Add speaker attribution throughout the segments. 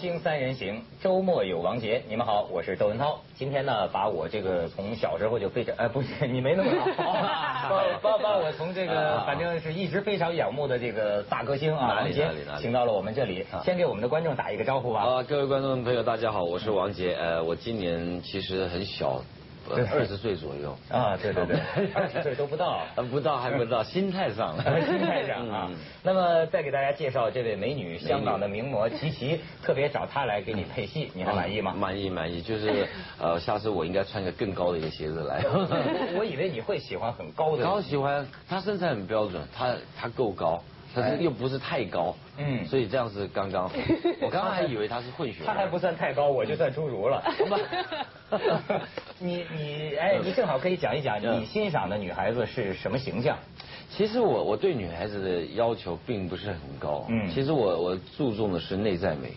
Speaker 1: 星三人行，周末有王杰。你们好，我是周文涛。今天呢，把我这个从小时候就非常，呃，不 是你没那么 老，把把把我从这个反正是一直非常仰慕的这个大歌星啊，
Speaker 2: 啊哪
Speaker 1: 王
Speaker 2: 里
Speaker 1: 杰
Speaker 2: 哪里哪，里
Speaker 1: 请到了我们这里，先给我们的观众打一个招呼吧。
Speaker 2: 啊，各位观众朋友，大家好，我是王杰。呃，我今年其实很小，呃
Speaker 1: 对
Speaker 2: 二十岁左右。
Speaker 1: 啊，对 对对，二十岁都不到。
Speaker 2: 呃，不到还不到，心态上了，
Speaker 1: 心态上啊
Speaker 2: 嗯，
Speaker 1: 那么再给大家介绍这位美女，香港的名模齐琪，特别找她来给你配戏，你还满意吗？
Speaker 2: 哦满意满意，就是呃，下次我应该穿个更高的一个鞋子 来。
Speaker 1: 我以为你会喜欢很高的
Speaker 2: 嗯高喜欢他身材很标准，他他够高，但
Speaker 1: 哎
Speaker 2: 是又不是太高，
Speaker 1: 嗯
Speaker 2: 嗯，所以这样是刚 刚好。我刚刚还以为他是混血儿，
Speaker 1: 他还不算太高，我就算侏儒了。 你你哎，你正好可以讲一讲你欣赏的女孩子是什么形象？
Speaker 2: 其实我我对女孩子的要求并不是很高，
Speaker 1: 嗯
Speaker 2: 嗯，其实我我注重的是内在美。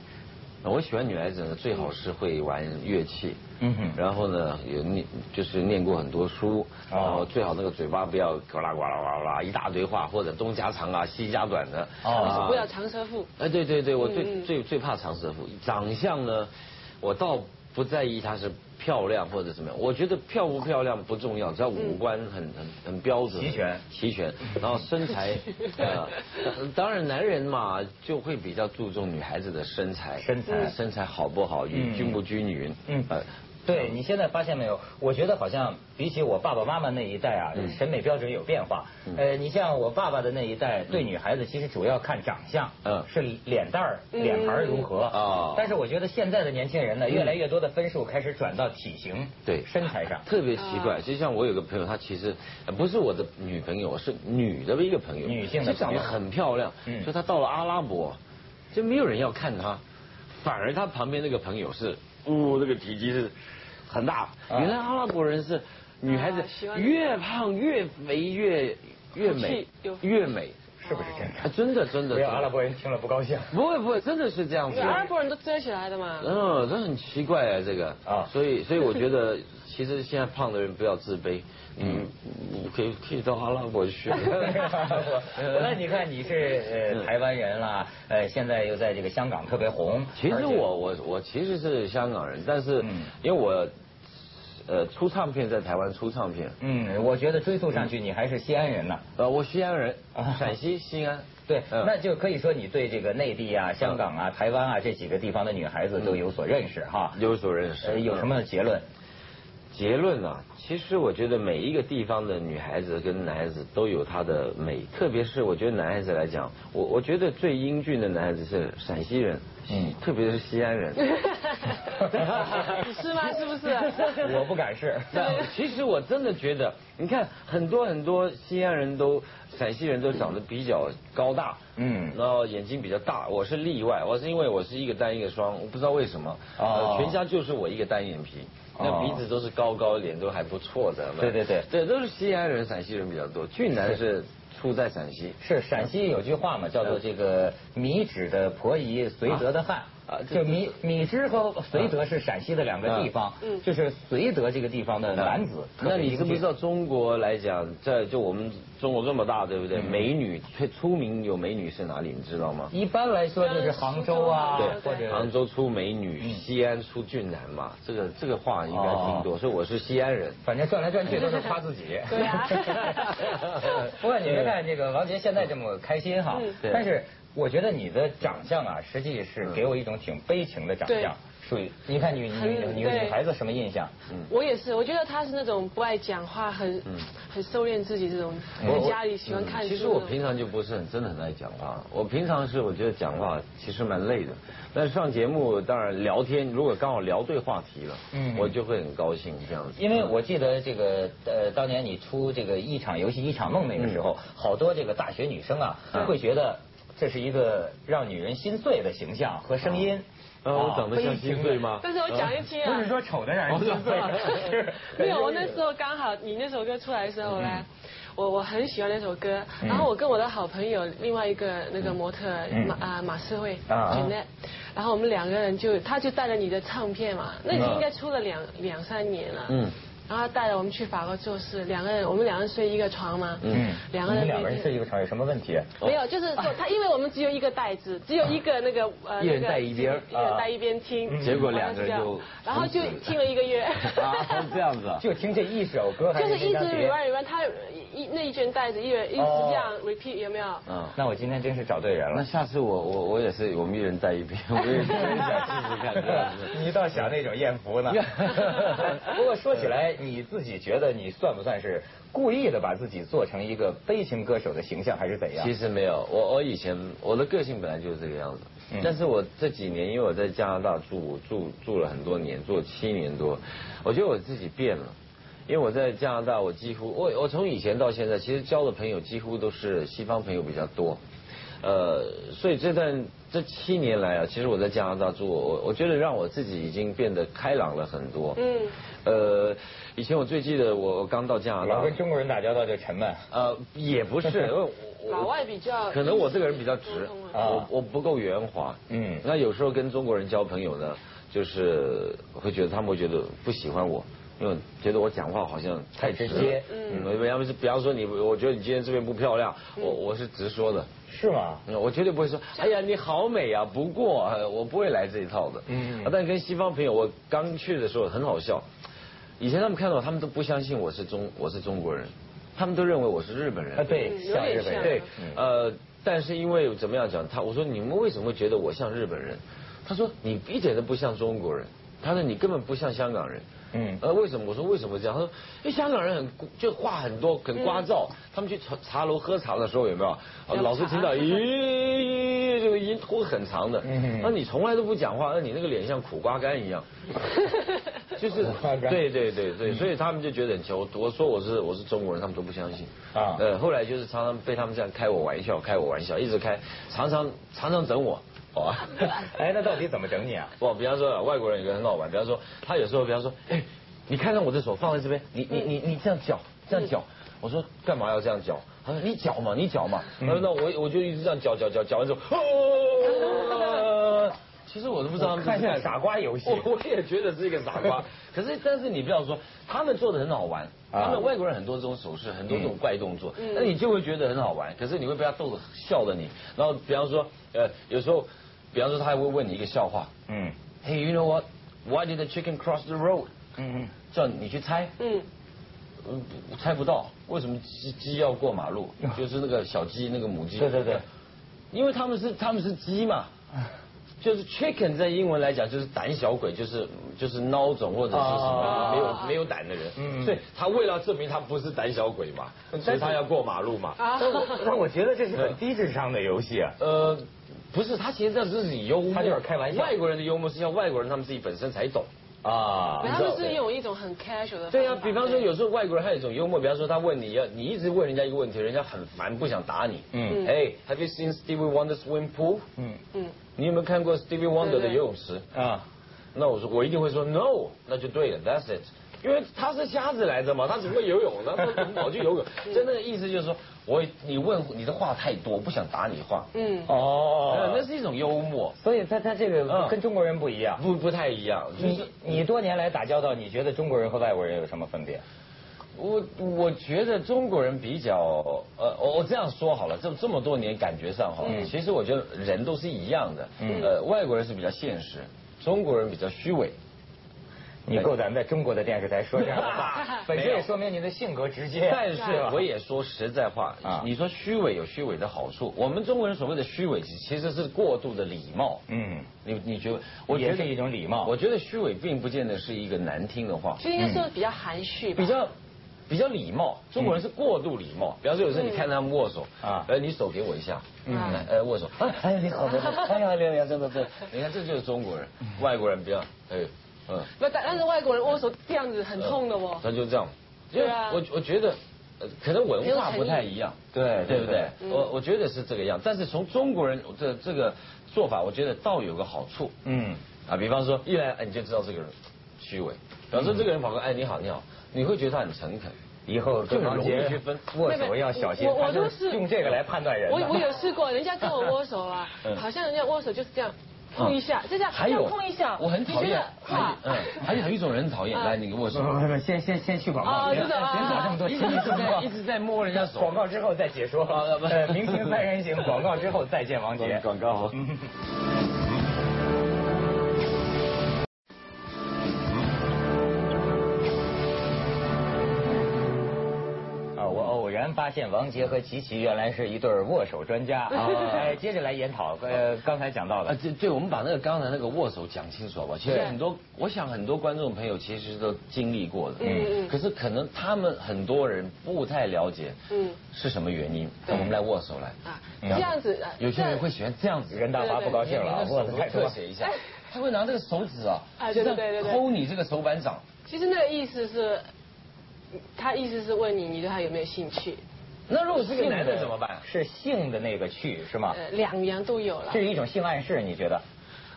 Speaker 2: 我喜欢女孩子呢，最好是会玩乐器，
Speaker 1: 嗯
Speaker 2: 嗯
Speaker 1: 哼
Speaker 2: 然后呢有念就是念过很多书，
Speaker 1: 哦
Speaker 2: 然后最好那个嘴巴不要呱啦呱啦呱啦呱啦一大堆话，或者东家长啊西家短的，
Speaker 1: 哦
Speaker 2: 啊
Speaker 3: 不要长舌妇。
Speaker 2: 哎，对对对，我最、
Speaker 3: 嗯嗯
Speaker 2: 最最怕长舌妇。长相呢，我倒不在意她是漂亮或者怎么样，我觉得漂不漂亮不重要，只要
Speaker 3: 嗯
Speaker 2: 五官很、很很标准、
Speaker 1: 齐全
Speaker 2: 齐 全，然后身 材，呃，当然男人嘛就会比较注重女孩子的身材，
Speaker 1: 身材
Speaker 2: 呃身材好不好，
Speaker 1: 嗯
Speaker 2: 均不均匀，
Speaker 1: 嗯
Speaker 2: 呃，
Speaker 1: 对你现在发现没有？我觉得好像比起我爸爸妈妈那一代啊，审美标准有变化。呃，你像我爸爸的那一代，对女孩子其实主要看长相，
Speaker 2: 嗯
Speaker 1: 是脸蛋儿、脸盘儿如何
Speaker 2: 哦
Speaker 1: 但是我觉得现在的年轻人呢，越来越多的分数开始转到体型、
Speaker 2: 对
Speaker 1: 身材上。
Speaker 2: 特别奇怪，
Speaker 1: 啊
Speaker 2: 就像我有个朋友，她其实呃不是我的女朋友，是女的一个朋友，
Speaker 1: 女性的
Speaker 2: 就
Speaker 1: 朋
Speaker 2: 长
Speaker 1: 友
Speaker 2: 得很漂亮，
Speaker 1: 嗯
Speaker 2: 所以她到了阿拉伯，就没有人要看她，反而她旁边那个朋友是，哦，那个体积是很大，
Speaker 1: 啊
Speaker 2: 原来阿拉伯人是女孩子
Speaker 3: 啊喜欢那个
Speaker 2: 越胖越肥越越美
Speaker 3: 有气有
Speaker 2: 越美，
Speaker 1: 是不是真
Speaker 2: 啊真的真的，
Speaker 1: 的？没有阿拉
Speaker 2: 真的
Speaker 1: 伯人听了不高兴。
Speaker 2: 不会不会，真的是这样子
Speaker 3: 对，。哦阿拉伯人都遮起来的嘛。
Speaker 2: 嗯，这很奇怪啊，这个
Speaker 1: 啊
Speaker 2: 所以所以我觉得，其实现在胖的人不要自卑，嗯，你可以可以到阿拉伯去。
Speaker 1: 那你看你是呃台湾人啦，呃现在又在这个香港特别红。
Speaker 2: 其
Speaker 1: 而
Speaker 2: 实
Speaker 1: 且
Speaker 2: 我我我其实是香港人，但是
Speaker 1: 嗯
Speaker 2: 因为我呃出唱片在台湾出唱片，
Speaker 1: 嗯，我觉得追溯上去你还是西安人呢。
Speaker 2: 呃，我西安人
Speaker 1: 啊，
Speaker 2: 陕西西安。
Speaker 1: 对，
Speaker 2: 嗯
Speaker 1: 那就可以说你对这个内地啊、香港啊、台湾啊这几个地方的女孩子都有所认识哈。
Speaker 2: 有所认
Speaker 1: 呃
Speaker 2: 识。
Speaker 1: 有什么结 论？
Speaker 2: 结论啊，其实我觉得每一个地方的女孩子跟男孩子都有她的美，特别是我觉得男孩子来讲，我我觉得最英俊的男孩子是陕西人，
Speaker 1: 嗯
Speaker 2: 特别是西安人。
Speaker 3: 你是吗？是不是？
Speaker 1: 我不敢试。
Speaker 2: 那其实我真的觉得，你看很多很多西安人都、陕西人都长得比较高大，
Speaker 1: 嗯
Speaker 2: 然后眼睛比较大，我是例外，我是因为我是一个单一个双，我不知道为什么，
Speaker 1: 哦
Speaker 2: 呃，全家就是我一个单眼皮，那
Speaker 1: 哦
Speaker 2: 鼻子都是高高，脸都还不错的，
Speaker 1: 对对对
Speaker 2: 对，都是西安人、陕西人比较多，俊男是出在陕西。
Speaker 1: 是陕西有句话嘛，
Speaker 3: 嗯
Speaker 1: 叫做这个米脂的婆姨，绥德的汉。
Speaker 2: 啊啊
Speaker 1: 就米米脂和绥德是陕西的两个地方，
Speaker 3: 嗯
Speaker 1: 就是绥德这个地方的男子。
Speaker 2: 那你知不知道中国来讲，在就我们中国这么大，对不对？
Speaker 1: 嗯
Speaker 2: 美女最出名有美女是哪里？你知道吗？
Speaker 1: 一般来说就是杭州啊，
Speaker 3: 对
Speaker 1: 或者
Speaker 2: 杭州出美
Speaker 1: 嗯
Speaker 2: 女，西安出俊男嘛，这个这个话应
Speaker 1: 哦
Speaker 2: 该听多，所以我是西安人。
Speaker 1: 反正转来转去都是夸自己。
Speaker 3: 对 啊
Speaker 1: 不过你别看这个王杰现在这么开心哈
Speaker 3: 嗯，
Speaker 2: 对
Speaker 1: 但是我觉得你的长相啊，实际是给我一种挺悲情的长相
Speaker 3: 对。
Speaker 1: 属于你看女女
Speaker 3: 很
Speaker 1: 女
Speaker 3: 对
Speaker 1: 女孩子什么印象？
Speaker 3: 我也是，我觉得他是那种不爱讲话，很很收敛自己这种，
Speaker 2: 嗯我嗯
Speaker 3: 在家里喜欢看书。
Speaker 2: 其实我平常就不是很真的很爱讲话，我平常是我觉得讲话其实蛮累的，但是上节目当然聊天，如果刚好聊对话题了，
Speaker 1: 嗯
Speaker 2: 我就会很高兴这样子。
Speaker 1: 因为我记得这个呃，当年你出这个一场游戏一场梦那个时
Speaker 2: 嗯
Speaker 1: 候，好多这个大学女生啊，会觉得这是一个让女人心碎的形象和声音。
Speaker 2: 呃，我长得像
Speaker 1: 悲情的
Speaker 2: 心碎吗？嗯 哦
Speaker 3: 但是我讲一听
Speaker 1: 不
Speaker 3: 啊
Speaker 1: 是，说丑的让人心碎， 是
Speaker 3: 没有，我那时候刚好你那首歌出来的时候呢，我我很喜欢那首歌，然后我跟我的好朋友另外一个那个模特
Speaker 1: 嗯
Speaker 3: 马啊马思慧
Speaker 1: 啊啊
Speaker 3: Jeanette，然后我们两个人就他就带了你的唱片嘛，那已经应该出了两两三年了，
Speaker 2: 嗯
Speaker 3: 嗯，然后带着我们去法国做事，两个人我们两个人睡一个床嘛，
Speaker 1: 嗯，
Speaker 3: 两个
Speaker 1: 你
Speaker 3: 人
Speaker 1: 们两个人
Speaker 3: 每天
Speaker 1: 睡一个床有什么问题？啊
Speaker 3: 没有，就是说他，因为我们只有一个袋子，只有一个那个呃，
Speaker 2: 一人
Speaker 3: 那个
Speaker 2: 带一边儿
Speaker 3: 一人带一边听，
Speaker 2: 结果两个人
Speaker 3: 然后
Speaker 2: 就
Speaker 3: 这样然后就听了一个月，
Speaker 2: 啊，这样子 啊，
Speaker 1: 就听这一首歌，还
Speaker 3: 就是一
Speaker 1: 这
Speaker 3: 直
Speaker 1: 张碟
Speaker 3: run run，他一那一卷袋子一人一直这样
Speaker 2: 哦
Speaker 3: repeat 有没有？
Speaker 2: 嗯。
Speaker 1: 那我今天真是找对人
Speaker 2: 那
Speaker 1: 了。
Speaker 2: 下次我我我也是，我们一人带一边，我也是我也想试试看这样 子。
Speaker 1: 你倒想那种艳福 呢。不过说起来，你自己觉得你算不算是故意的把自己做成一个悲情歌手的形象，还是怎样
Speaker 2: 其？实没有，我我以前我的个性本来就是这个样子，
Speaker 1: 嗯
Speaker 2: 但是我这几年因为我在加拿大住住住了很多年，住了七年多，我觉得我自己变了。因为我在加拿大，我几乎我我从以前到现在，其实交的朋友几乎都是西方朋友比较多，呃，所以这段这七年来啊，其实我在加拿大住，我我觉得让我自己已经变得开朗了很多。
Speaker 3: 嗯，
Speaker 2: 呃，以前我最记得我我刚到加拿
Speaker 1: 老
Speaker 2: 大
Speaker 1: 跟，中国人打交道就沉闷。
Speaker 2: 呃，也不是，因为我我
Speaker 3: 老外比较
Speaker 2: 可能我这个人比较直
Speaker 3: 沟通，啊
Speaker 2: 我我不够圆滑。
Speaker 1: 嗯
Speaker 2: 那有时候跟中国人交朋友呢，就是会觉得他们会觉得不喜欢我，因为觉得我讲话好像太直
Speaker 1: 太直接
Speaker 2: 嗯，要么是比方说你，我觉得你今天这边不漂亮，我我是直说的。
Speaker 1: 是吗？
Speaker 2: 嗯我绝对不会说，哎呀，你好美啊！不过呃我不会来这一套的。
Speaker 1: 嗯
Speaker 2: 嗯，但跟西方朋友，我刚去的时候很好笑。以前他们看到我，他们都不相信我是中我是中国人，他们都认为我是日本人。
Speaker 1: 啊，对，
Speaker 3: 嗯有
Speaker 1: 像
Speaker 3: 点
Speaker 1: 日本人。
Speaker 3: 像
Speaker 2: 对
Speaker 1: 嗯，
Speaker 2: 呃，但是因为怎么样讲，他我说你们为什么会觉得我像日本人？他说你一点都不像中国人，他说你根本不像香港人。
Speaker 1: 嗯
Speaker 2: 呃，为什么？我说为什么这样？他说，因为香港人很就话很多，很聒噪。
Speaker 1: 嗯
Speaker 2: 他们去茶茶楼喝茶的时候，有没有？呃
Speaker 3: 聊
Speaker 2: 老是
Speaker 3: 茶
Speaker 2: 听到咦，这个音拖很长的。
Speaker 1: 嗯
Speaker 2: 那你从来都不讲话，那你那个脸像苦瓜干一 样。就是
Speaker 1: 苦瓜干嗯
Speaker 2: 对对对对，所以他们就觉得很奇怪。我我说我是我是中国人，他们都不相信。
Speaker 1: 啊
Speaker 2: 呃，后来就是常常被他们这样开我玩笑，开我玩笑，一直开，常常常常整我。哦，
Speaker 1: 哎，那到底怎么整你啊？
Speaker 2: 我比方说外国人有个很好玩，比方说他有时候比方说，哎，你看看我的手放在这边，你你你你这样搅这样搅，我说干嘛要这样搅？他说你搅嘛你搅嘛，他说那我我就一直这样搅搅搅搅完之后，哦，其实我都不知道他们是
Speaker 1: 呃看
Speaker 2: 干
Speaker 1: 像
Speaker 2: 啥
Speaker 1: 傻瓜游戏。
Speaker 2: 我我也觉得是一个傻瓜，可是但是你不要说，他们做的很好玩，
Speaker 1: 啊
Speaker 2: 他们外国人很多这种手势，很多这种怪动作，那你就会觉得很好玩，可是你会被他逗得笑的你。然后比方说，呃，有时候，比方说他还会问你一个笑话
Speaker 1: 嗯
Speaker 2: ，Hey, you know what? Why did the chicken cross the road？
Speaker 1: 嗯
Speaker 2: 叫你去猜，
Speaker 3: 嗯，
Speaker 2: 嗯，猜不到，为什么鸡鸡要过马路？就是那个小鸡，那个母鸡。
Speaker 1: 对对对，
Speaker 2: 因为他们是他们是鸡嘛，就是 chicken 在英文来讲就是胆小鬼，就是就是孬种或者是什么
Speaker 1: 哦
Speaker 2: 没有没有胆的人。
Speaker 1: 嗯
Speaker 2: 所以他为了证明他不是胆小鬼嘛，所以他要过马路嘛。
Speaker 3: 啊，
Speaker 1: 嗯。那我觉得这是很低智商的游戏啊。
Speaker 2: 呃，不是，他其实这只是幽默，
Speaker 1: 他就是开玩笑
Speaker 2: 外国人的幽默是像外国人他们自己本身才懂。
Speaker 1: 啊
Speaker 3: 然后就是用一种很 casual 的方法，
Speaker 2: 对啊，比方说有时候外国人还有一种幽默，比方说他问你要，你一直问人家一个问题，人家很烦，不想答你。
Speaker 1: 嗯
Speaker 2: 嗯。哎，Have you seen Stevie Wonder's swimming pool？
Speaker 1: 嗯
Speaker 3: 嗯，
Speaker 2: 你有没有看过 Stevie Wonder
Speaker 3: 对
Speaker 2: 的
Speaker 3: 对
Speaker 2: 游泳池？
Speaker 1: 啊，
Speaker 2: 那我说我一定会说 no，那就对了，that's it。因为他是瞎子来着嘛，他只会游泳，那他怎么跑 去游泳？真的意思就是说，我你问你的话太多，我不想答你话。
Speaker 3: 嗯，
Speaker 2: 呃
Speaker 1: 哦，
Speaker 2: 那是一种幽默，
Speaker 1: 所以他他这个
Speaker 2: 嗯
Speaker 1: 跟中国人不一样。
Speaker 2: 不不太一样。就是
Speaker 1: 你你多年来打交道，你觉得中国人和外国人有什么分别？
Speaker 2: 我我觉得中国人比较呃，我我这样说好了，这这么多年感觉上哈，
Speaker 1: 嗯
Speaker 2: 其实我觉得人都是一样的，
Speaker 1: 嗯
Speaker 2: 呃，外国人是比较现实，中国人比较虚伪。，
Speaker 1: 你够胆在中国的电视台说这样的话本身
Speaker 2: 没
Speaker 1: 也
Speaker 2: 有
Speaker 1: 说明你的性格直接。
Speaker 2: 但是
Speaker 1: 吧
Speaker 2: 我也说实在话
Speaker 1: 啊，
Speaker 2: 你说虚伪有虚伪的好处，我们中国人所谓的虚伪其实是过度的礼貌。
Speaker 1: 嗯，
Speaker 2: 你你觉得？我觉
Speaker 1: 也
Speaker 2: 得
Speaker 1: 是一种礼貌
Speaker 2: 我觉得虚伪并不见得是一个难听的话，
Speaker 3: 就应该说比较含蓄吧，
Speaker 2: 比较比较礼貌。中国人是过度礼貌，比方说有时候你看他们握手
Speaker 1: 啊
Speaker 2: 呃，你手给我一下，
Speaker 3: 嗯
Speaker 2: 嗯，呃，握手，哎哎呀你好，你好，哎呀哎呀，真的对，你看这就是中国人，外国人比较哎嗯。
Speaker 3: 不，但但是外国人握手这样子很痛的哦，
Speaker 2: 他就这样，因
Speaker 3: 对
Speaker 2: 为
Speaker 3: 啊
Speaker 2: 我我觉得，呃可能文化不太一样，
Speaker 1: 对
Speaker 2: 对不对？
Speaker 3: 嗯
Speaker 2: 我我觉得是这个样，但是从中国人这这个做法，我觉得倒有个好处
Speaker 1: 嗯，
Speaker 2: 啊，比方说一来哎你就知道这个人虚伪，比方说这个人跑过来哎你好你好，你会觉得他很诚恳，
Speaker 1: 以后跟王
Speaker 2: 这个容易
Speaker 1: 杰
Speaker 2: 区分
Speaker 1: 握手要小心，
Speaker 3: 我我
Speaker 1: 他就
Speaker 3: 都是
Speaker 1: 用这个来判断人的。
Speaker 3: 我我有试过，人家跟我握手啊
Speaker 2: 嗯，
Speaker 3: 好像人家握手就是这样，碰一下，就这样，
Speaker 2: 还
Speaker 3: 这
Speaker 2: 有
Speaker 3: 样碰一下，
Speaker 2: 我很讨
Speaker 3: 你觉
Speaker 2: 厌
Speaker 3: 得，
Speaker 2: 还有
Speaker 3: 哇
Speaker 2: 嗯，还有一种人很讨厌，
Speaker 3: 啊
Speaker 2: 来你给我 说
Speaker 1: 不。不不， 先先先去广告，
Speaker 3: 哦
Speaker 1: 别
Speaker 3: 真的啊
Speaker 1: 别搞这么多
Speaker 2: 一
Speaker 1: 亲
Speaker 2: 直
Speaker 1: 密动
Speaker 2: 在
Speaker 1: 作
Speaker 2: 一。直在摸人家手。
Speaker 1: 广告之后再解说。
Speaker 2: 好的
Speaker 1: 呃，明星三人行，广告之后再见，王杰。
Speaker 2: 广告。
Speaker 1: 啊，我偶然发现王杰和齐琪原来是一对儿握手专家。
Speaker 2: 哦
Speaker 1: 哎，接着来研讨，呃，刚才讲到
Speaker 2: 啊
Speaker 1: 的，，
Speaker 2: 对对，我们把那个刚才那个握手讲清楚好不好？其实
Speaker 3: 对
Speaker 2: 很多，我想很多观众朋友其实都经历过的，
Speaker 3: 嗯
Speaker 2: 嗯
Speaker 3: 嗯，
Speaker 2: 可是可能他们很多人不太了解，
Speaker 3: 嗯
Speaker 2: 嗯，是什么原因？
Speaker 3: 对
Speaker 2: 我们来握手来，
Speaker 3: 啊，这样子，啊
Speaker 2: 嗯有些人会
Speaker 3: 这样
Speaker 2: 喜欢这样子，
Speaker 1: 人大发不高兴了啊，握
Speaker 2: 握
Speaker 1: 得
Speaker 2: 手
Speaker 1: 太多
Speaker 2: 特。写一下，他会拿这个手指啊，
Speaker 3: 哎对对对对对
Speaker 2: 抠你这个手板掌，
Speaker 3: 其实那个意思是，他意思是问你，你对他有没有兴趣？
Speaker 2: 那如果是个男的怎么办？
Speaker 1: 是性的那个去是吗？
Speaker 3: 呃，两样都有了
Speaker 1: 这。是一种性暗示，你觉得？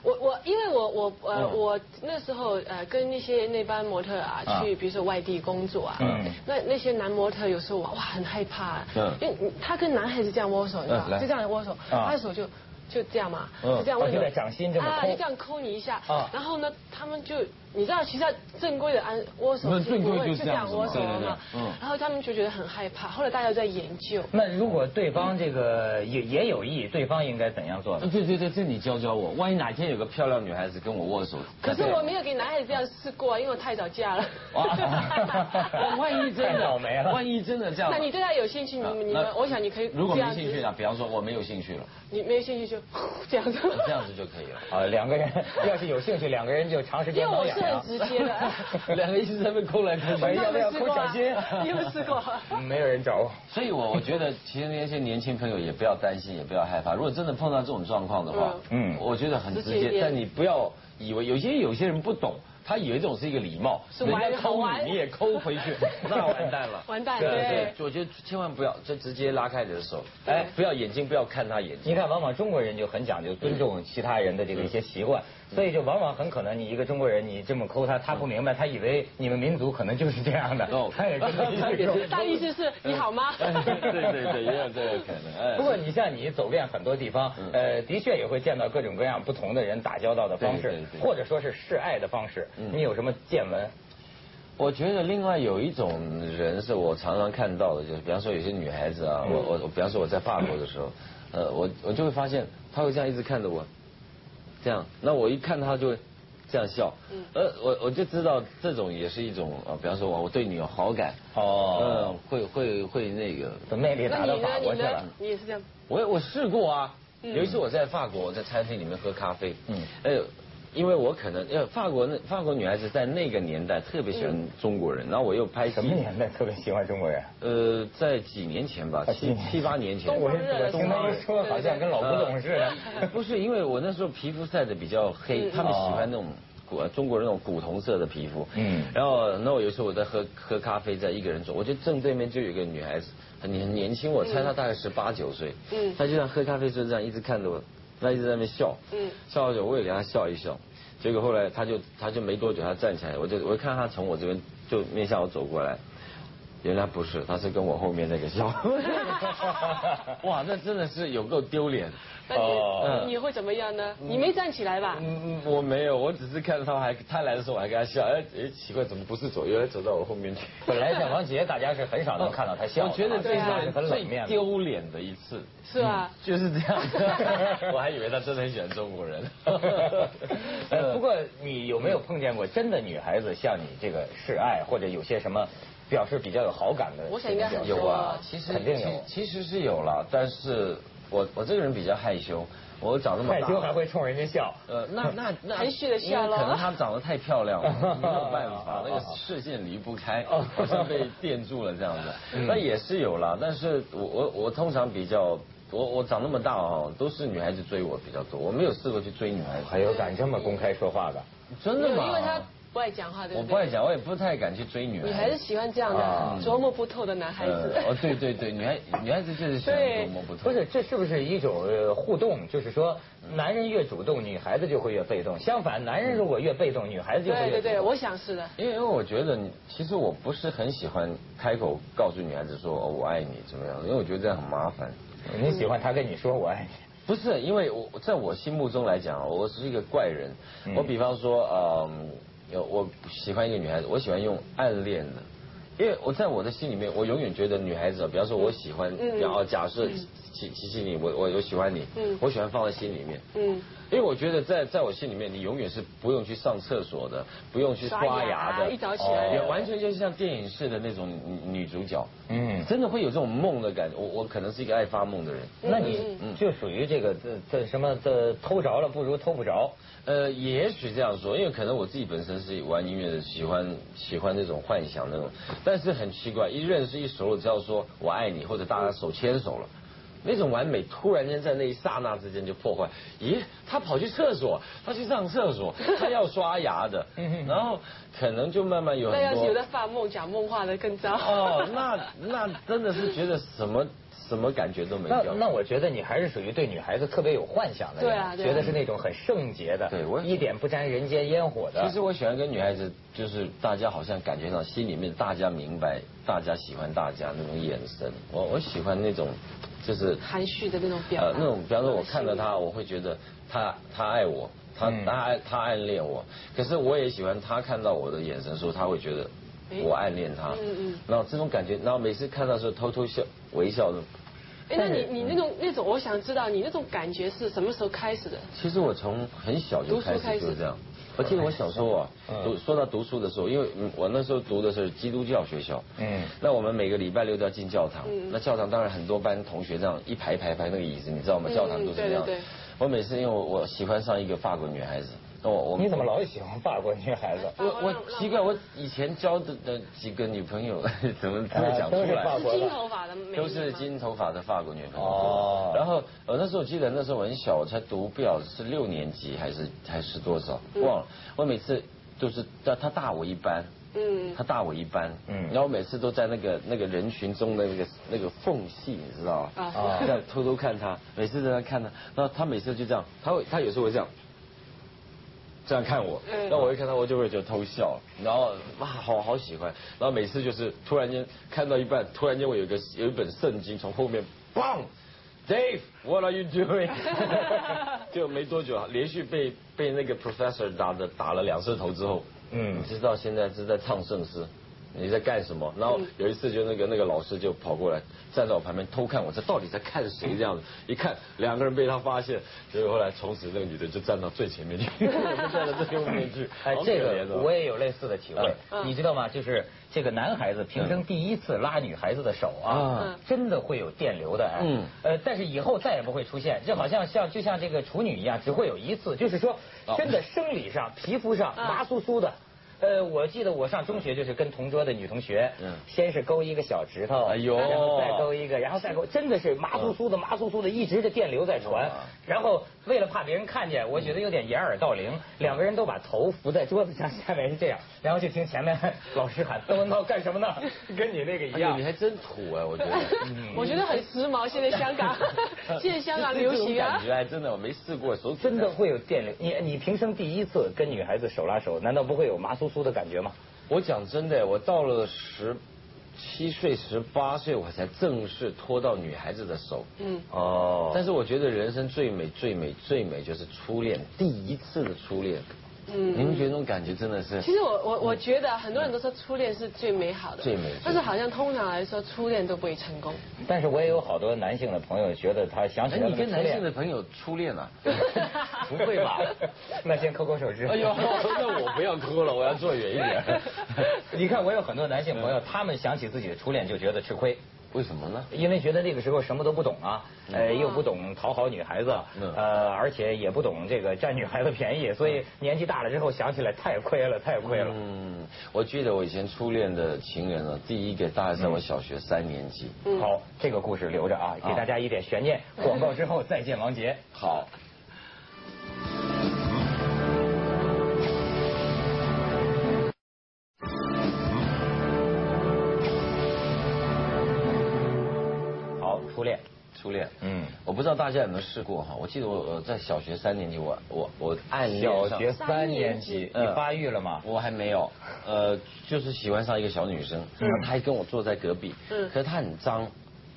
Speaker 3: 我我因为我我呃、
Speaker 2: 嗯
Speaker 3: 我那时候呃跟那些那班模特啊
Speaker 1: 啊
Speaker 3: 去比如说外地工作啊，
Speaker 1: 嗯
Speaker 3: 那那些男模特有时候哇哇很害怕，
Speaker 2: 嗯
Speaker 3: 因为他跟男孩子这样握手，你知道
Speaker 2: 嗯
Speaker 3: 吗
Speaker 2: 来
Speaker 3: 就这样握手，
Speaker 1: 啊
Speaker 3: 他的手就。就这样嘛，
Speaker 2: 嗯
Speaker 3: 就这样握
Speaker 1: 哦
Speaker 3: 手，
Speaker 1: 就在掌心这么
Speaker 3: 啊
Speaker 1: 抠
Speaker 3: 就这样抠你一下
Speaker 1: 啊，
Speaker 3: 然后呢，他们就你知道，其实正规的安握手
Speaker 2: 那
Speaker 3: 是
Speaker 2: 正
Speaker 3: 不
Speaker 2: 规
Speaker 3: 会
Speaker 2: 就
Speaker 3: 就是这
Speaker 2: 这
Speaker 3: 样
Speaker 2: 样子嘛
Speaker 3: 握手了
Speaker 2: 对对
Speaker 3: 嘛
Speaker 2: 对，嗯
Speaker 3: 然后他们就觉得很害怕，后来大家在研究，
Speaker 1: 那如果对
Speaker 2: 嗯
Speaker 1: 方这个也也有意，对方应该怎样做呢？
Speaker 2: 对对对，这你教教我，万一哪天有个漂亮女孩子跟我握手，
Speaker 3: 可是我没有给男孩子这样试过，啊因为我太早嫁了。
Speaker 2: 哇，万一真
Speaker 1: 太
Speaker 2: 的
Speaker 1: 倒霉了
Speaker 2: 万一真的这样，
Speaker 3: 那你对他有兴趣，你们你
Speaker 2: 啊那
Speaker 3: 们，我想你可以
Speaker 2: 如果
Speaker 3: 这
Speaker 2: 没啊
Speaker 3: 样子
Speaker 2: 兴趣，呢？比方说我没有兴趣了，
Speaker 3: 你没有兴趣就这样子。
Speaker 2: 这样子就可以了。
Speaker 1: 啊，两个人要是有兴趣，两个人就长时
Speaker 3: 因为
Speaker 1: 间啊
Speaker 3: 我
Speaker 1: 保
Speaker 3: 是
Speaker 1: 养
Speaker 3: 很
Speaker 1: 呀。
Speaker 3: 直 接的，
Speaker 2: 两个一直在那边抠来抠
Speaker 1: 哎
Speaker 2: 去，
Speaker 1: 呀
Speaker 3: 那我
Speaker 1: 要
Speaker 3: 们
Speaker 1: 不
Speaker 3: 试
Speaker 1: 要抠
Speaker 3: 过
Speaker 1: 脚
Speaker 3: 啊
Speaker 1: 心？
Speaker 3: 你有没有试过 啊？
Speaker 1: 嗯没有人找我。
Speaker 2: 所以我我觉得其实那些年轻朋友也不要担心，也不要害怕。如果真的碰到这种状况的话，
Speaker 1: 嗯
Speaker 2: 嗯，我觉得很直
Speaker 3: 直接一
Speaker 2: 接
Speaker 3: 点，
Speaker 2: 但你不要以为有些有些人不懂，他以为这种是一个礼貌，
Speaker 3: 是
Speaker 2: 人
Speaker 3: 玩
Speaker 2: 家
Speaker 3: 好
Speaker 2: 抠
Speaker 3: 玩
Speaker 2: 你你也抠回去，那完蛋了。
Speaker 3: 完蛋，
Speaker 2: 对
Speaker 3: 对
Speaker 2: 对，，我觉得千万不要，就直接拉开你的手，
Speaker 3: 对
Speaker 2: 哎，不要眼睛不要看他眼睛。
Speaker 1: 你看，往往中国人就很讲究尊重其他人的这个一些习惯，
Speaker 2: 嗯
Speaker 1: 所以就往往很可能你一个中国人，你这么抠他，他不明白，他以为你们民族可能就是这样的
Speaker 2: 哦，
Speaker 1: 他也跟 着一起抠
Speaker 3: 大意思是你好吗？
Speaker 2: 哎 对对对，也有这个可能。哎
Speaker 1: 不过你像你走遍很多地方，
Speaker 2: 嗯
Speaker 1: 呃，的确也会见到各种各样不同的人打交道的方式
Speaker 2: 对对，对嗯
Speaker 1: 或者说是示爱的方式。你有什么见闻？
Speaker 2: 我觉得另外有一种人是我常常看到的，就是比方说有些女孩子啊，我我我，比方说我在法国的时候，呃，我我就会发现她会这样一直看着我，这样，那我一看她就会这样笑，呃，我我就知道这种也是一种呃，比方说我我对你有好感，
Speaker 1: 哦
Speaker 2: 呃，会会会那个，
Speaker 1: 怎么魅力
Speaker 3: 那
Speaker 1: 打
Speaker 3: 你
Speaker 1: 到
Speaker 3: 呢
Speaker 1: 法？
Speaker 3: 你
Speaker 1: 国去
Speaker 3: 呢
Speaker 1: 了？？
Speaker 3: 你也是这样，
Speaker 2: 我我试过啊，有一次我在法国，我在餐厅里面喝咖啡，
Speaker 1: 嗯
Speaker 2: 嗯，哎，因为我可能，因为法国那法国女孩子在那个年代特别喜欢中国人，然后我又拍戏
Speaker 1: 嗯什么，年代特别喜欢中国人？
Speaker 2: 呃，在几年前吧
Speaker 1: 啊，几
Speaker 2: 七
Speaker 1: 年
Speaker 2: 七八年前，
Speaker 3: 中
Speaker 1: 我
Speaker 3: 国人
Speaker 1: 我听他们说，好像跟老古董似的。
Speaker 2: 呃不是因为我那时候皮肤晒得比较黑，他们喜欢那种古中国那种古铜色的皮肤。
Speaker 1: 哦嗯
Speaker 2: 嗯，然后那我有时候我在喝喝咖啡，在一个人走，我就正对面就有一个女孩子，很很年轻，我猜她大概十八九岁。
Speaker 3: 嗯
Speaker 2: 嗯，她就这样喝咖啡就这样一直看着我，她一直在那边笑。
Speaker 3: 嗯
Speaker 2: 嗯，笑久我也给她笑一笑，结果后来她就她就没多久她站起来，我就我看她从我这边就面向我走过来。原来不是，她是跟我后面那个笑， 哇，那真的是有够丢脸。
Speaker 3: 那你
Speaker 2: 哦
Speaker 3: 你会怎么样呢？你没站起来吧？
Speaker 2: 嗯，我没有，我只是看他还他来的时候我还跟他笑，哎，哎奇怪，怎么不是左，原来走到我后面去。
Speaker 1: 本来在王杰，大家是很少能看到他笑的啊。
Speaker 2: 我觉得这
Speaker 3: 对
Speaker 2: 是
Speaker 3: 啊
Speaker 2: 让
Speaker 1: 是
Speaker 2: 人
Speaker 1: 很冷
Speaker 2: 最
Speaker 1: 面的。。
Speaker 2: 丢 脸的一次，
Speaker 3: 是吧？
Speaker 2: 就是这样。 我还以为他真的很喜欢中 国人
Speaker 1: 呃，
Speaker 2: 嗯
Speaker 1: 不过你有没有碰见过真的女孩子向你这个示爱，或者有些什么表示比较有好感的？
Speaker 3: 我想应该很
Speaker 2: 有啊，
Speaker 3: 说
Speaker 2: 其实
Speaker 1: 肯定有
Speaker 2: 其其实是有啦，但是我我这个人比较害羞，我长这么
Speaker 1: 害
Speaker 2: 大
Speaker 1: 羞还会冲人家笑。
Speaker 2: 呃，那那那
Speaker 3: 含蓄地笑
Speaker 2: 因
Speaker 3: 咯
Speaker 2: 为可能她长得太漂亮了， 没有办法，那个
Speaker 1: 哦
Speaker 2: 视线离不开，好像被电住了这样 子。
Speaker 1: 嗯
Speaker 2: 那也是有啦，但是我我我通常比较，我我长那么大哦，都是女孩子追我比较多，我没有试过去追女孩
Speaker 1: 还
Speaker 2: 子，
Speaker 1: 有敢这么公开说话的？
Speaker 2: 嗯真的吗？
Speaker 3: 因为他不爱讲话，对
Speaker 2: 我
Speaker 3: 不
Speaker 2: 不爱
Speaker 3: 对？
Speaker 2: 讲，我也不太敢去追女孩子。
Speaker 3: 女孩子喜欢这样的
Speaker 2: 啊
Speaker 3: 琢磨不透的男孩子。
Speaker 2: 呃哦，对对对，女孩女孩子就是喜欢
Speaker 3: 对
Speaker 2: 琢磨不透。
Speaker 1: 不是，这是不是一种呃互动？就是说，男人越主动，女孩子就会越被动；相反，男人如果越被动，女孩子就会
Speaker 3: 对
Speaker 1: 越
Speaker 3: 对
Speaker 1: 主
Speaker 3: 对，
Speaker 1: 动。
Speaker 3: 我想是的。
Speaker 2: 因为因为我觉得你，其实我不是很喜欢开口告诉女孩子说、哦、我爱你怎么样，因为我觉得这样很麻烦。
Speaker 1: 你喜欢他跟你说我爱你，
Speaker 2: 不是，因为我在我心目中来讲，啊我是一个怪人。
Speaker 3: 嗯
Speaker 2: 我比方说，呃，有我喜欢一个女孩子，我喜欢用暗恋的。因为我在我的心里面，我永远觉得女孩子，比方说我喜欢，
Speaker 3: 嗯
Speaker 2: 然后假设琪琪琪你，我我我喜欢你，
Speaker 3: 嗯
Speaker 2: 我喜欢放在心里面，
Speaker 3: 嗯
Speaker 2: 因为我觉得在在我心里面，你永远是不用去上厕所的，不用去
Speaker 3: 刷
Speaker 2: 刷
Speaker 3: 牙
Speaker 2: 牙的，
Speaker 3: 一早起来
Speaker 2: 也完全就是像电影式的那种女女主角，
Speaker 1: 嗯，
Speaker 2: 真的会有这种梦的感觉。我我可能是一个爱发梦的人，
Speaker 1: 那
Speaker 3: 嗯
Speaker 1: 你就属于这个这这什么这偷着了不如偷不着，
Speaker 2: 呃，也许这样说，因为可能我自己本身是玩音乐的，喜欢喜欢那种幻想那种，但是很奇怪，一认识一熟了，只要说我爱你，或者大家手牵手了。那种完美突然间在那一刹那之间就破坏，咦？他跑去厕所，他去上厕所，他要刷 牙的，然后可能就慢慢有很
Speaker 3: 那
Speaker 2: 多。
Speaker 3: 要是有在发梦、讲梦话的更糟。
Speaker 2: 哦，那那真的是觉得什么什么感觉都没
Speaker 1: 那
Speaker 2: 有。
Speaker 1: 那我觉得你还是属于对女孩子特别有幻想的人，
Speaker 3: 对啊对啊
Speaker 1: 觉得是那种很圣洁的，
Speaker 2: 对我
Speaker 1: 一点不沾人间烟火的。
Speaker 2: 其实我喜欢跟女孩子，就是大家好像感觉上心里面大家明白，大家喜欢大家那种眼神。我我喜欢那种，就是
Speaker 3: 含蓄的那种表达
Speaker 2: 呃那种，比方说我看到她，我会觉得她她爱我，她
Speaker 1: 嗯
Speaker 2: 她爱她暗恋我。可是我也喜欢她看到我的眼神的时候，她会觉得
Speaker 3: 诶
Speaker 2: 我暗恋她。
Speaker 3: 嗯嗯
Speaker 2: 然后这种感觉，然后每次看到的时候偷偷笑微笑的。
Speaker 3: 哎，那你你
Speaker 2: 嗯
Speaker 3: 那种那种，我想知道你那种感觉是什么时候开始的？
Speaker 2: 其实我从很小就开始就是这样。我记得我小时候啊，读说到读书的时候，因为嗯我那时候读的是基督教学校，
Speaker 1: 嗯
Speaker 2: 嗯，那我们每个礼拜六都要进教堂，
Speaker 3: 嗯
Speaker 2: 那教堂当然很多班同学这样一排一排排那个椅子，你知道吗？
Speaker 3: 嗯
Speaker 2: 教堂都是这样
Speaker 3: 对对对。
Speaker 2: 我每次因为我我喜欢上一个法国女孩子，那我我
Speaker 1: 你怎么老喜欢法国女孩子？
Speaker 2: 我我奇怪，我以前交的的几个女朋友 怎么这么讲出
Speaker 1: 啊都是法
Speaker 2: 来？
Speaker 1: 国
Speaker 3: 是金头发的美女吗
Speaker 2: 都是，金头发的法国女朋友。
Speaker 1: 哦
Speaker 2: 然后呃那时候我记得那时候我很小，我才读不了是六年级还是还是多少忘了。我每次都是她她大我一班。
Speaker 3: 嗯，
Speaker 2: 她大我一班，
Speaker 1: 嗯
Speaker 2: 然后我每次都在那个那个人群中的那个那个缝隙，你知道吗？
Speaker 3: 啊
Speaker 1: 啊
Speaker 2: 这样偷偷看她，每次都在看她，然后她每次就这样，她会她有时候会这样，这样看我
Speaker 3: 嗯，
Speaker 2: 那我一看到我就会觉得偷笑，然后哇，好好喜欢，然后每次就是突然间看到一半，突然间我有一个有一本圣经从后面砰，Dave，what are you doing？就没多久，连续被被那个 professor 打的打了两次头之后，
Speaker 1: 嗯
Speaker 2: 嗯，你知道现在是在唱圣诗。你在干什么？然后有一次就那个那个老师就跑过来站在我旁边偷看我，这到底在看谁这样子？一看两个人被他发现，结果后来从此那个女的就站到最前面 去，我就站到最后面去。
Speaker 1: 哎
Speaker 2: 好，可
Speaker 1: 这
Speaker 2: 怜
Speaker 1: 个
Speaker 2: 哦
Speaker 1: 我也有类似的体会
Speaker 2: 嗯，
Speaker 3: 嗯
Speaker 1: 你知道吗？就是这个男孩子平生第一次拉女孩子的手啊
Speaker 2: 啊，
Speaker 1: 真的会有电流的哎
Speaker 2: 嗯，
Speaker 1: 呃，但是以后再也不会出现，就好像像就像这个处女一样，只会有一次，就是说
Speaker 2: 哦
Speaker 1: 真的生理上、皮肤上
Speaker 3: 嗯
Speaker 1: 麻酥酥的。呃，我记得我上中学就是跟同桌的女同学
Speaker 2: 嗯，
Speaker 1: 先是勾一个小指头，
Speaker 2: 哎呦嗯
Speaker 1: 然后再勾一个，然后再勾，真的是麻酥酥的、麻酥酥的，一直这电流在传
Speaker 2: 哇。
Speaker 1: 然后为了怕别人看见，我觉得有点掩耳盗铃，两个人都把头伏在桌子上，下面是这样，然后就听前面老师喊邓文涛干什么呢？跟你那个
Speaker 2: 哎
Speaker 1: 一
Speaker 2: 呀，
Speaker 1: 样
Speaker 2: 你。还真土哎，我 觉得。
Speaker 3: 我觉得很时髦。现在 香港，现在香港
Speaker 2: 这
Speaker 3: 流行
Speaker 2: 这种
Speaker 3: 啊
Speaker 2: 感。觉还真的我没试过，手指
Speaker 1: 真的会有电流，你你平生第一次跟女孩子手拉手，难道不会有麻酥酥的感觉吗？
Speaker 2: 我讲真的，我到了十七岁、十八岁，我才正式拖到女孩子的手。
Speaker 3: 嗯，
Speaker 1: 哦
Speaker 2: 但是我觉得人生最美、最美、最美就是初恋，第一次的初恋。嗯，你们觉得那种感觉真的是
Speaker 3: 其实我我我觉得很多人都说初恋是最美好的，
Speaker 2: 嗯最美最美
Speaker 3: 但是好像通常来说，初恋都不会成功。
Speaker 1: 但是我也有好多男性的朋友觉得他想起
Speaker 2: 哎，
Speaker 1: 来
Speaker 2: 你跟
Speaker 1: 初恋
Speaker 2: 男性的朋友初恋啊？ 不会吧？
Speaker 1: 那先抠抠手指。
Speaker 2: 哎呦，那我不要哭了，我要坐远一 点。
Speaker 1: 你看，我有很多男性朋友，他们想起自己的初恋就觉得吃亏，
Speaker 2: 为什么呢？
Speaker 1: 因为觉得那个时候什么都不懂啊，呃，又不懂讨好女孩子，
Speaker 2: 嗯
Speaker 1: 呃，而且也不懂这个占女孩子便宜，所以年纪大了之后想起来太亏了，太亏了。
Speaker 2: 嗯，我记得我以前初恋的情人啊，第一个大概在我小学三年级。
Speaker 1: 好，这个故事留着啊，给大家一点悬念。广告之后再见，王杰。
Speaker 2: 好。
Speaker 1: 好，初恋，
Speaker 2: 初恋，
Speaker 1: 嗯
Speaker 2: 嗯，我不知道大家有没有试过哈。我记得我我呃在小学三年级，我我我暗恋
Speaker 1: 小
Speaker 2: 上
Speaker 1: 学三年级，你
Speaker 2: 嗯
Speaker 1: 发育了吗？
Speaker 2: 我还没有，呃，就是喜欢上一个小女生，然后她还跟我坐在隔壁，
Speaker 3: 嗯
Speaker 2: 可是她很脏，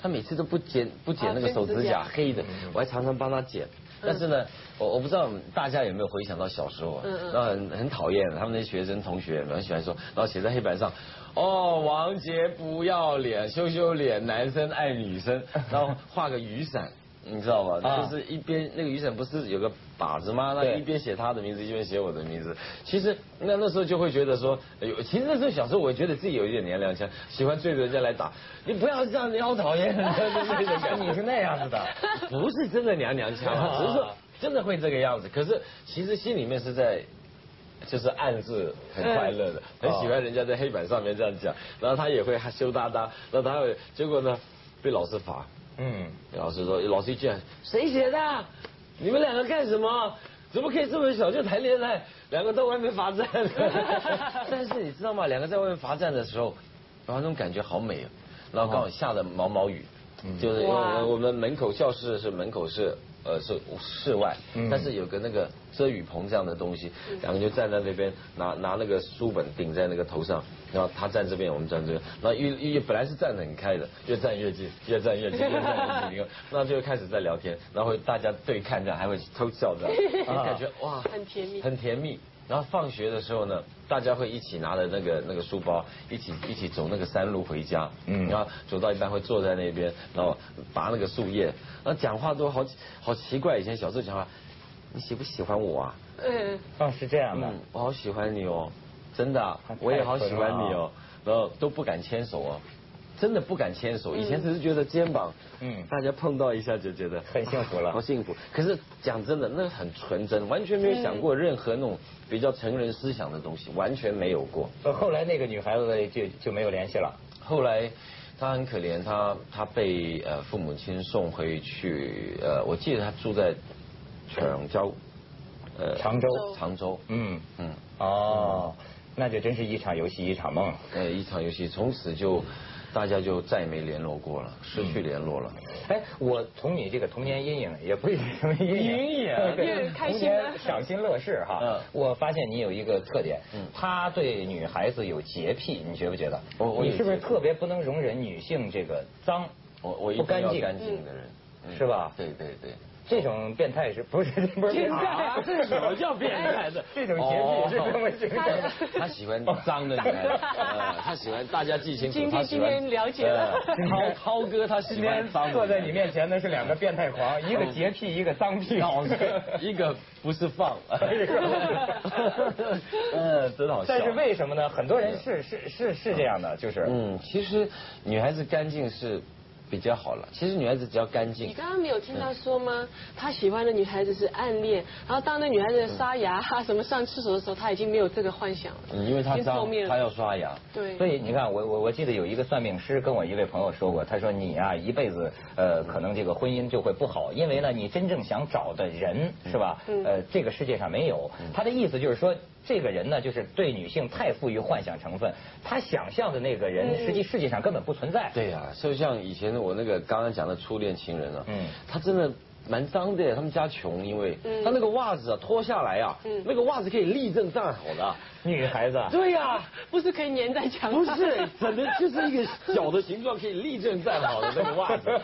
Speaker 2: 他每次都不剪不剪那个手指甲黑的，我还常常帮他剪。但是呢，我我不知道大家有没有回想到小时候啊，那很很讨厌他们那些学生同学，很喜欢说，然后写在黑板上，哦，王杰不要脸，羞羞脸，男生爱女生，然后画个雨伞。你知道吗？
Speaker 1: 啊
Speaker 2: 就是一边那个雨伞不是有个把子吗？那
Speaker 1: 对
Speaker 2: 一边写他的名字，一边写我的名字。其实那那时候就会觉得说，哎呦，其实那时候小时候我觉得自己有一点娘娘腔，喜欢追着人家来打。你不要这样，你好讨厌，那种感觉
Speaker 1: 你是那样子的，
Speaker 2: 不是真的娘娘腔啊，只是说真的会这个样子。可是其实心里面是在。就是暗自很快乐的，很喜欢人家在黑板上面这样讲，然后他也会羞答答，然后他会，结果呢被老师罚，
Speaker 1: 嗯，
Speaker 2: 老师说，老师一进来，谁写的？你们两个干什么？怎么可以这么小就谈恋爱？两个在外面罚站。但是你知道吗？两个在外面罚站的时候，然后那种感觉好美啊。然后刚好下了毛毛雨，就是因为我
Speaker 3: 哇
Speaker 2: 们我们门口教室是门口是呃是室外，
Speaker 1: 嗯
Speaker 2: 但是有个那个遮雨棚这样的东西，两个就站在那边拿拿那个书本顶在那个头上，然后他站这边，我们站这边，然后越越本来是站得很开的，越站越近，越站越近，越站越近，那就开始在聊天，然后大家对看这样，还会偷笑这样，
Speaker 1: 啊
Speaker 2: 感觉 哇，
Speaker 3: 很甜蜜
Speaker 2: 很甜蜜。然后放学的时候呢，大家会一起拿着那个那个书包，一起一起走那个山路回家。
Speaker 1: 嗯
Speaker 2: 嗯，然后走到一半会坐在那边，然后拔那个树叶，然后讲话都好好奇怪。以前小时候讲话，你喜不喜欢我啊？
Speaker 3: 嗯，
Speaker 1: 哦，是这样的
Speaker 2: 嗯，，我好喜欢你哦，真的啊
Speaker 1: 太，啊
Speaker 2: 我也好喜欢你哦，然后都不敢牵手哦。真的不敢牵手，以前只是觉得肩膀，
Speaker 1: 嗯
Speaker 2: 嗯，大家碰到一下就觉得
Speaker 1: 很幸福了
Speaker 2: 啊好幸福。可是讲真的，那很纯真，完全没有想过任何那种比较成人思想的东西，完全没有过。
Speaker 1: 呃后来那个女孩子就就没有联系了。
Speaker 2: 后来他很可怜，他他被呃父母亲送回去，呃，我记得他住在长洲，呃
Speaker 1: 常州
Speaker 2: 常州，
Speaker 1: 嗯，
Speaker 2: 嗯，
Speaker 1: 哦，那就真是一场游戏一场梦。
Speaker 2: 呃，一场游戏，从此就大家就再也没联络过了，失去联络了。
Speaker 1: 哎，我从你这个童年阴影，也不是什么阴影，
Speaker 2: 阴影
Speaker 1: 对
Speaker 3: 因为开
Speaker 1: 童
Speaker 3: 心啊
Speaker 1: 年赏心乐事哈。
Speaker 2: 嗯
Speaker 1: 我发现你有一个特点
Speaker 2: 嗯，
Speaker 1: 他对女孩子有洁癖，你觉不觉得？
Speaker 2: 我哦我有
Speaker 1: 你是不是
Speaker 2: 洁癖
Speaker 1: 特别不能容忍女性这个脏？
Speaker 2: 我我一
Speaker 1: 不
Speaker 2: 定
Speaker 1: 干
Speaker 2: 要
Speaker 1: 净嗯
Speaker 2: 干净的人，嗯
Speaker 1: 是吧
Speaker 2: 对对 对。
Speaker 1: 这种变态是不是不是变态？
Speaker 3: 啊这
Speaker 1: 什么叫变态的？ 这种哦洁癖是这么形成的。
Speaker 2: 哦 他喜欢脏的女孩子，呃他喜欢大家记清楚。
Speaker 3: 今天
Speaker 2: 他喜欢
Speaker 3: 今天了解了
Speaker 2: 呃涛涛哥他
Speaker 1: 今
Speaker 2: 喜
Speaker 1: 天
Speaker 2: 欢脏的女孩子。哦
Speaker 1: 坐在你面前的是两个变态狂，一个洁癖，一个脏癖。
Speaker 2: 一个不是 放， 嗯，真好笑。
Speaker 1: 哎但是为什么呢？很多人是是是是这样的，就是
Speaker 2: 嗯，其实女孩子干净是比较好了。其实女孩子只要干
Speaker 3: 你
Speaker 2: 净，
Speaker 3: 刚刚没有听他说
Speaker 2: 嗯
Speaker 3: 吗？他喜欢的女孩子是暗恋，然后当那女孩子刷牙、啊什么上厕所的时候，他已经没有这个幻想了，
Speaker 2: 嗯因为她
Speaker 3: 已经破
Speaker 2: 脏
Speaker 3: 灭，了
Speaker 2: 她要刷牙。
Speaker 3: 对，
Speaker 1: 所以你看，我我我记得有一个算命师跟我一位朋友说过，他说你啊一辈子呃可能这个婚姻就会不好，因为呢你真正想找的人是吧？
Speaker 3: 嗯
Speaker 1: 呃，这个世界上没有。
Speaker 2: 嗯
Speaker 1: 他的意思就是说，这个人呢就是对女性太富于幻想成分，他想象的那个人
Speaker 3: 嗯
Speaker 1: 实际世界上根本不存在。
Speaker 2: 对呀、就像以前我那个刚刚讲的初恋情人啊，
Speaker 1: 嗯
Speaker 2: 嗯，他真的蛮脏的耶，他们家穷，因为
Speaker 3: 嗯
Speaker 2: 他那个袜子啊脱下来啊，
Speaker 3: 嗯
Speaker 2: 那个袜子可以立正站好的啊，
Speaker 1: 女孩子啊，
Speaker 2: 对呀、
Speaker 3: 不是可以粘在墙
Speaker 2: 不
Speaker 3: 上，
Speaker 2: 是，整的就是一个脚的形状可以立正站好的那个袜 子，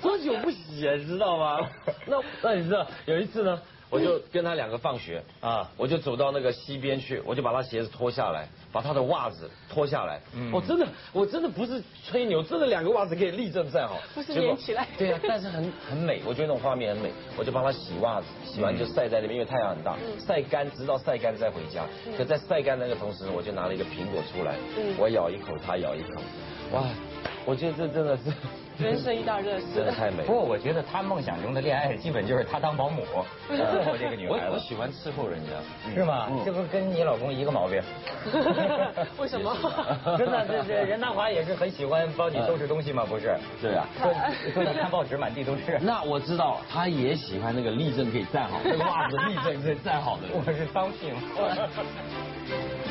Speaker 2: 多久不洗啊，知道吗？那那你知道有一次呢，我就跟他两个放学
Speaker 1: 啊
Speaker 2: 啊，我就走到那个溪边去，我就把他鞋子脱下来，把他的袜子脱下来，我真的我真的不是吹牛，真的两个袜子可以立正站好，
Speaker 3: 不是
Speaker 2: 结果
Speaker 3: 连起来
Speaker 2: 对啊，但是很很美，我觉得那种画面很美，我就帮他洗袜子，洗完就晒在那边，因为太阳很大，
Speaker 3: 嗯
Speaker 2: 晒干直到晒干再回家。可在晒干那个同时，我就拿了一个苹果出来
Speaker 3: 嗯，
Speaker 2: 我咬一口，他咬一口，哇，我觉得这真的是
Speaker 3: 人生一大乐事。
Speaker 2: 真的太美
Speaker 1: 不过
Speaker 2: 了。
Speaker 1: 我觉得他梦想中的恋爱基本就是他当保姆 伺候这个女
Speaker 2: 我
Speaker 1: 孩
Speaker 2: 我嗯
Speaker 1: 子，
Speaker 2: 喜欢伺候人家，
Speaker 1: 是吗？这不是跟你老公一个毛病？
Speaker 3: 为什么？
Speaker 2: 啊
Speaker 1: 真的，这这任达华也是很喜欢帮你收拾东西嘛，不是？
Speaker 2: 对啊。
Speaker 1: 说说你看报纸满地都 是，
Speaker 2: 那我知道，他也喜欢那个立正可以站好，那个袜子立正可以站好的人。
Speaker 1: 我是脏屁股。